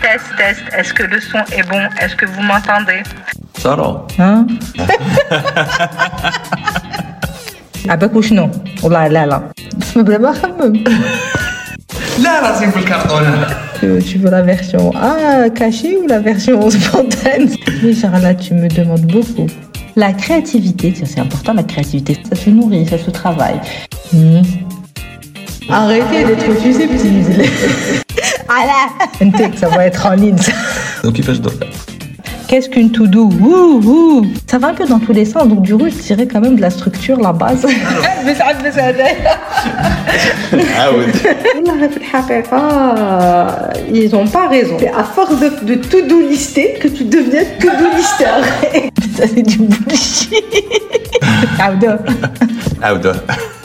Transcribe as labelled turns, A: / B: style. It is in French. A: test, test. Est-ce que le son est bon Est-ce que vous m'entendez
B: 썰어.
C: عباك وشنو والله لا لا ما بلا ما اخمم
B: لا راسي في الكرتونه
C: Tu veux la version ah, cachée ou la version spontanée Oui, Charlotte, tu me demandes beaucoup. La créativité, tiens, c'est important la créativité, ça se nourrit, ça se travaille. Hmm. Arrêtez d'être susceptible. Voilà. Une tête, ça va être en ligne. ça.
B: Donc il fait ce dos.
C: Qu'est-ce qu'une to-do Ouh, ouh. Ça va un peu dans tous les sens, donc du coup, je dirais quand même de la structure, la base. Mais ça, mais ça, mais ça.
D: عاود
E: والله في الحقيقة ils ont pas raison. C'est à force de, de tout do lister que tu deviens que do lister.
C: Ça, c'est du bullshit. Ah,
B: عاوده